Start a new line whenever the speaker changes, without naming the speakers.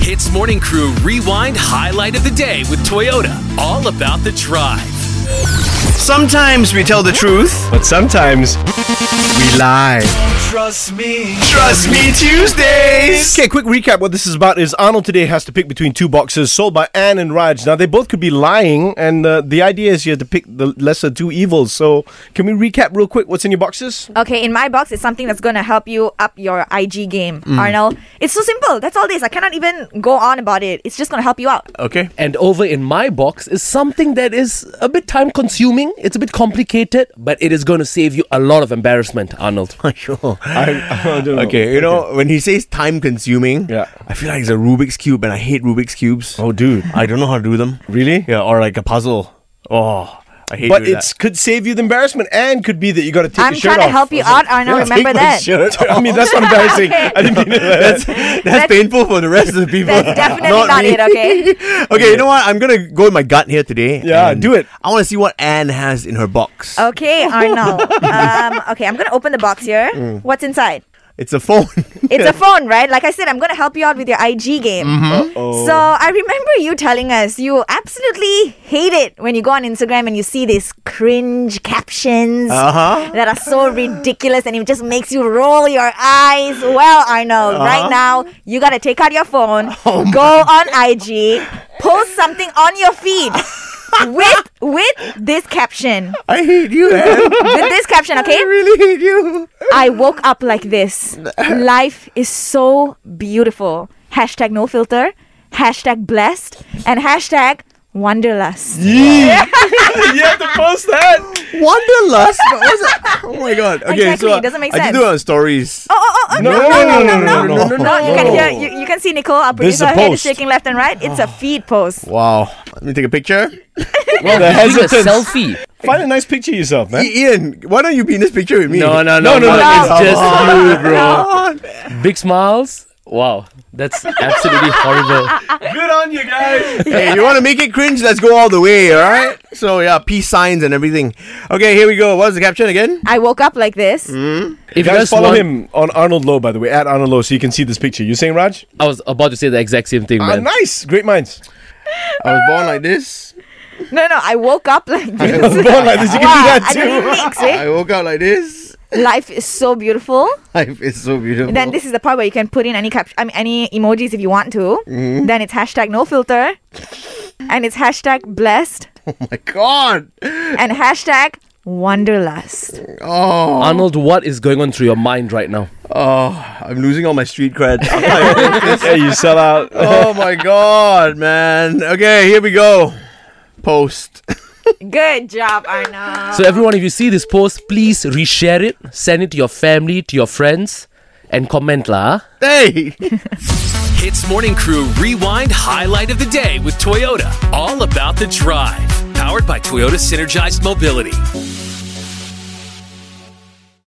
Hits Morning Crew Rewind Highlight of the Day with Toyota. All about the drive.
Sometimes we tell the truth,
But sometimes
we lie. Trust me. Trust me Tuesdays.
Okay, quick recap. What this is about is Arnold today has to pick between two boxes sold by Anne and Raj. Now, they both could be lying, and uh, the idea is you have to pick the lesser two evils. So, can we recap real quick what's in your boxes?
Okay, in my box, it's something that's going to help you up your IG game, Arnold. It's so simple. That's all this. I cannot even go on about it. It's just going to help you out.
Okay.
And over in my box is something that is a bit time consuming, it's a bit complicated, but it is going to save you a lot of embarrassment, Arnold.
I don't know.
Okay, you know, when he says time consuming,
Yeah.
I feel like it's a Rubik's Cube and I hate Rubik's Cubes.
Oh, dude.
I don't know how to do them.
Really?
Yeah, or like a puzzle. Oh, I hate
But
doing
it
that.
could save you the embarrassment, and could be that you got to take
I'm
your shirt
trying to
off.
help you out, Arnold.
Take
Remember
my
that.
shirt
I
off.
mean, that's not embarrassing.
Okay.
I didn't mean it. That's,
that's, painful for the rest of the people.
That's definitely not,
me.
it, okay?
Okay, you know what? I'm gonna go with my gut here today.
Yeah,
and
do it.
I want to see what Anne has in her box.
Okay, Arnold. Um, okay, I'm going to open the box here. What's inside?
It's a phone.
It's a phone, right? Like I said, I'm going to help you out with your IG game. So I remember you telling us you absolutely hate it when you go on Instagram and you see these cringe captions
Uh-huh.
that are so ridiculous and it just makes you roll your eyes. Well, Arnold, right now you got to take out your phone, go on IG, post something on your feed. with with this caption,
I hate you, Anne.
with this caption, okay?
I really hate you.
I woke up like this. Life is so beautiful. Hashtag no filter, hashtag blessed, and hashtag wanderlust.
you have to post that.
Wanderlust. What was that? Oh my god. Okay,
Exactly,
so
it doesn't make
I
sense.
do it on stories.
Oh, oh, oh, oh,
No, no, no, no, no, no, no,
no, you can hear, you, you can see Nicole, our
This is
producer,
a
her head is
post. Ah.
shaking left and right. It's a feed post.
Wow. Let me take a picture.
well,
the
doing a
hesitance.
selfie.
Find a nice picture of yourself, man.
I- Ian, why don't you be in this picture with me?
No, no, no,
No,
no,
no, no.
It's just you, bro.
Come on.
Big smiles. Wow, that's absolutely horrible.
Good on you guys.
Hey, you want to make it cringe? Let's go all the way, all right? So, yeah, peace signs and everything. Okay, here we go. What was the caption again?
I woke up like this.
Mm.
If you
Guys,
guys
follow
want-
him on Arnold Lowe, by the way, at Arnold Lowe, so you can see this picture. You saying, Raj?
I was about to say the exact same thing,
Ah,
man.
nice. Great minds.
I was born like this.
No, no, I woke up like this.
Born like this, you
Wow,
can
I
do
don't even
that
mix, eh?
I woke up like this.
Life is so beautiful.
Life is so beautiful.
Then this is the part where you can put in any cap- I mean, any emojis if you want to.
Mm.
Then it's hashtag no filter, and it's hashtag blessed,
Oh my god.
and hashtag wanderlust.
Oh,
Arnold, what is going on through your mind right now?
oh, I'm losing all my street cred.
too. hey, you sell out.
oh my god, man. Okay, here we go. Post.
Good job, Arna.
So, everyone, if you see this post, please reshare it, send it to your family, to your friends, and comment lah. ah.
Hey.
Hits Morning Crew Rewind Highlight of the Day with Toyota. All about the drive. Powered by Toyota Synergized Mobility.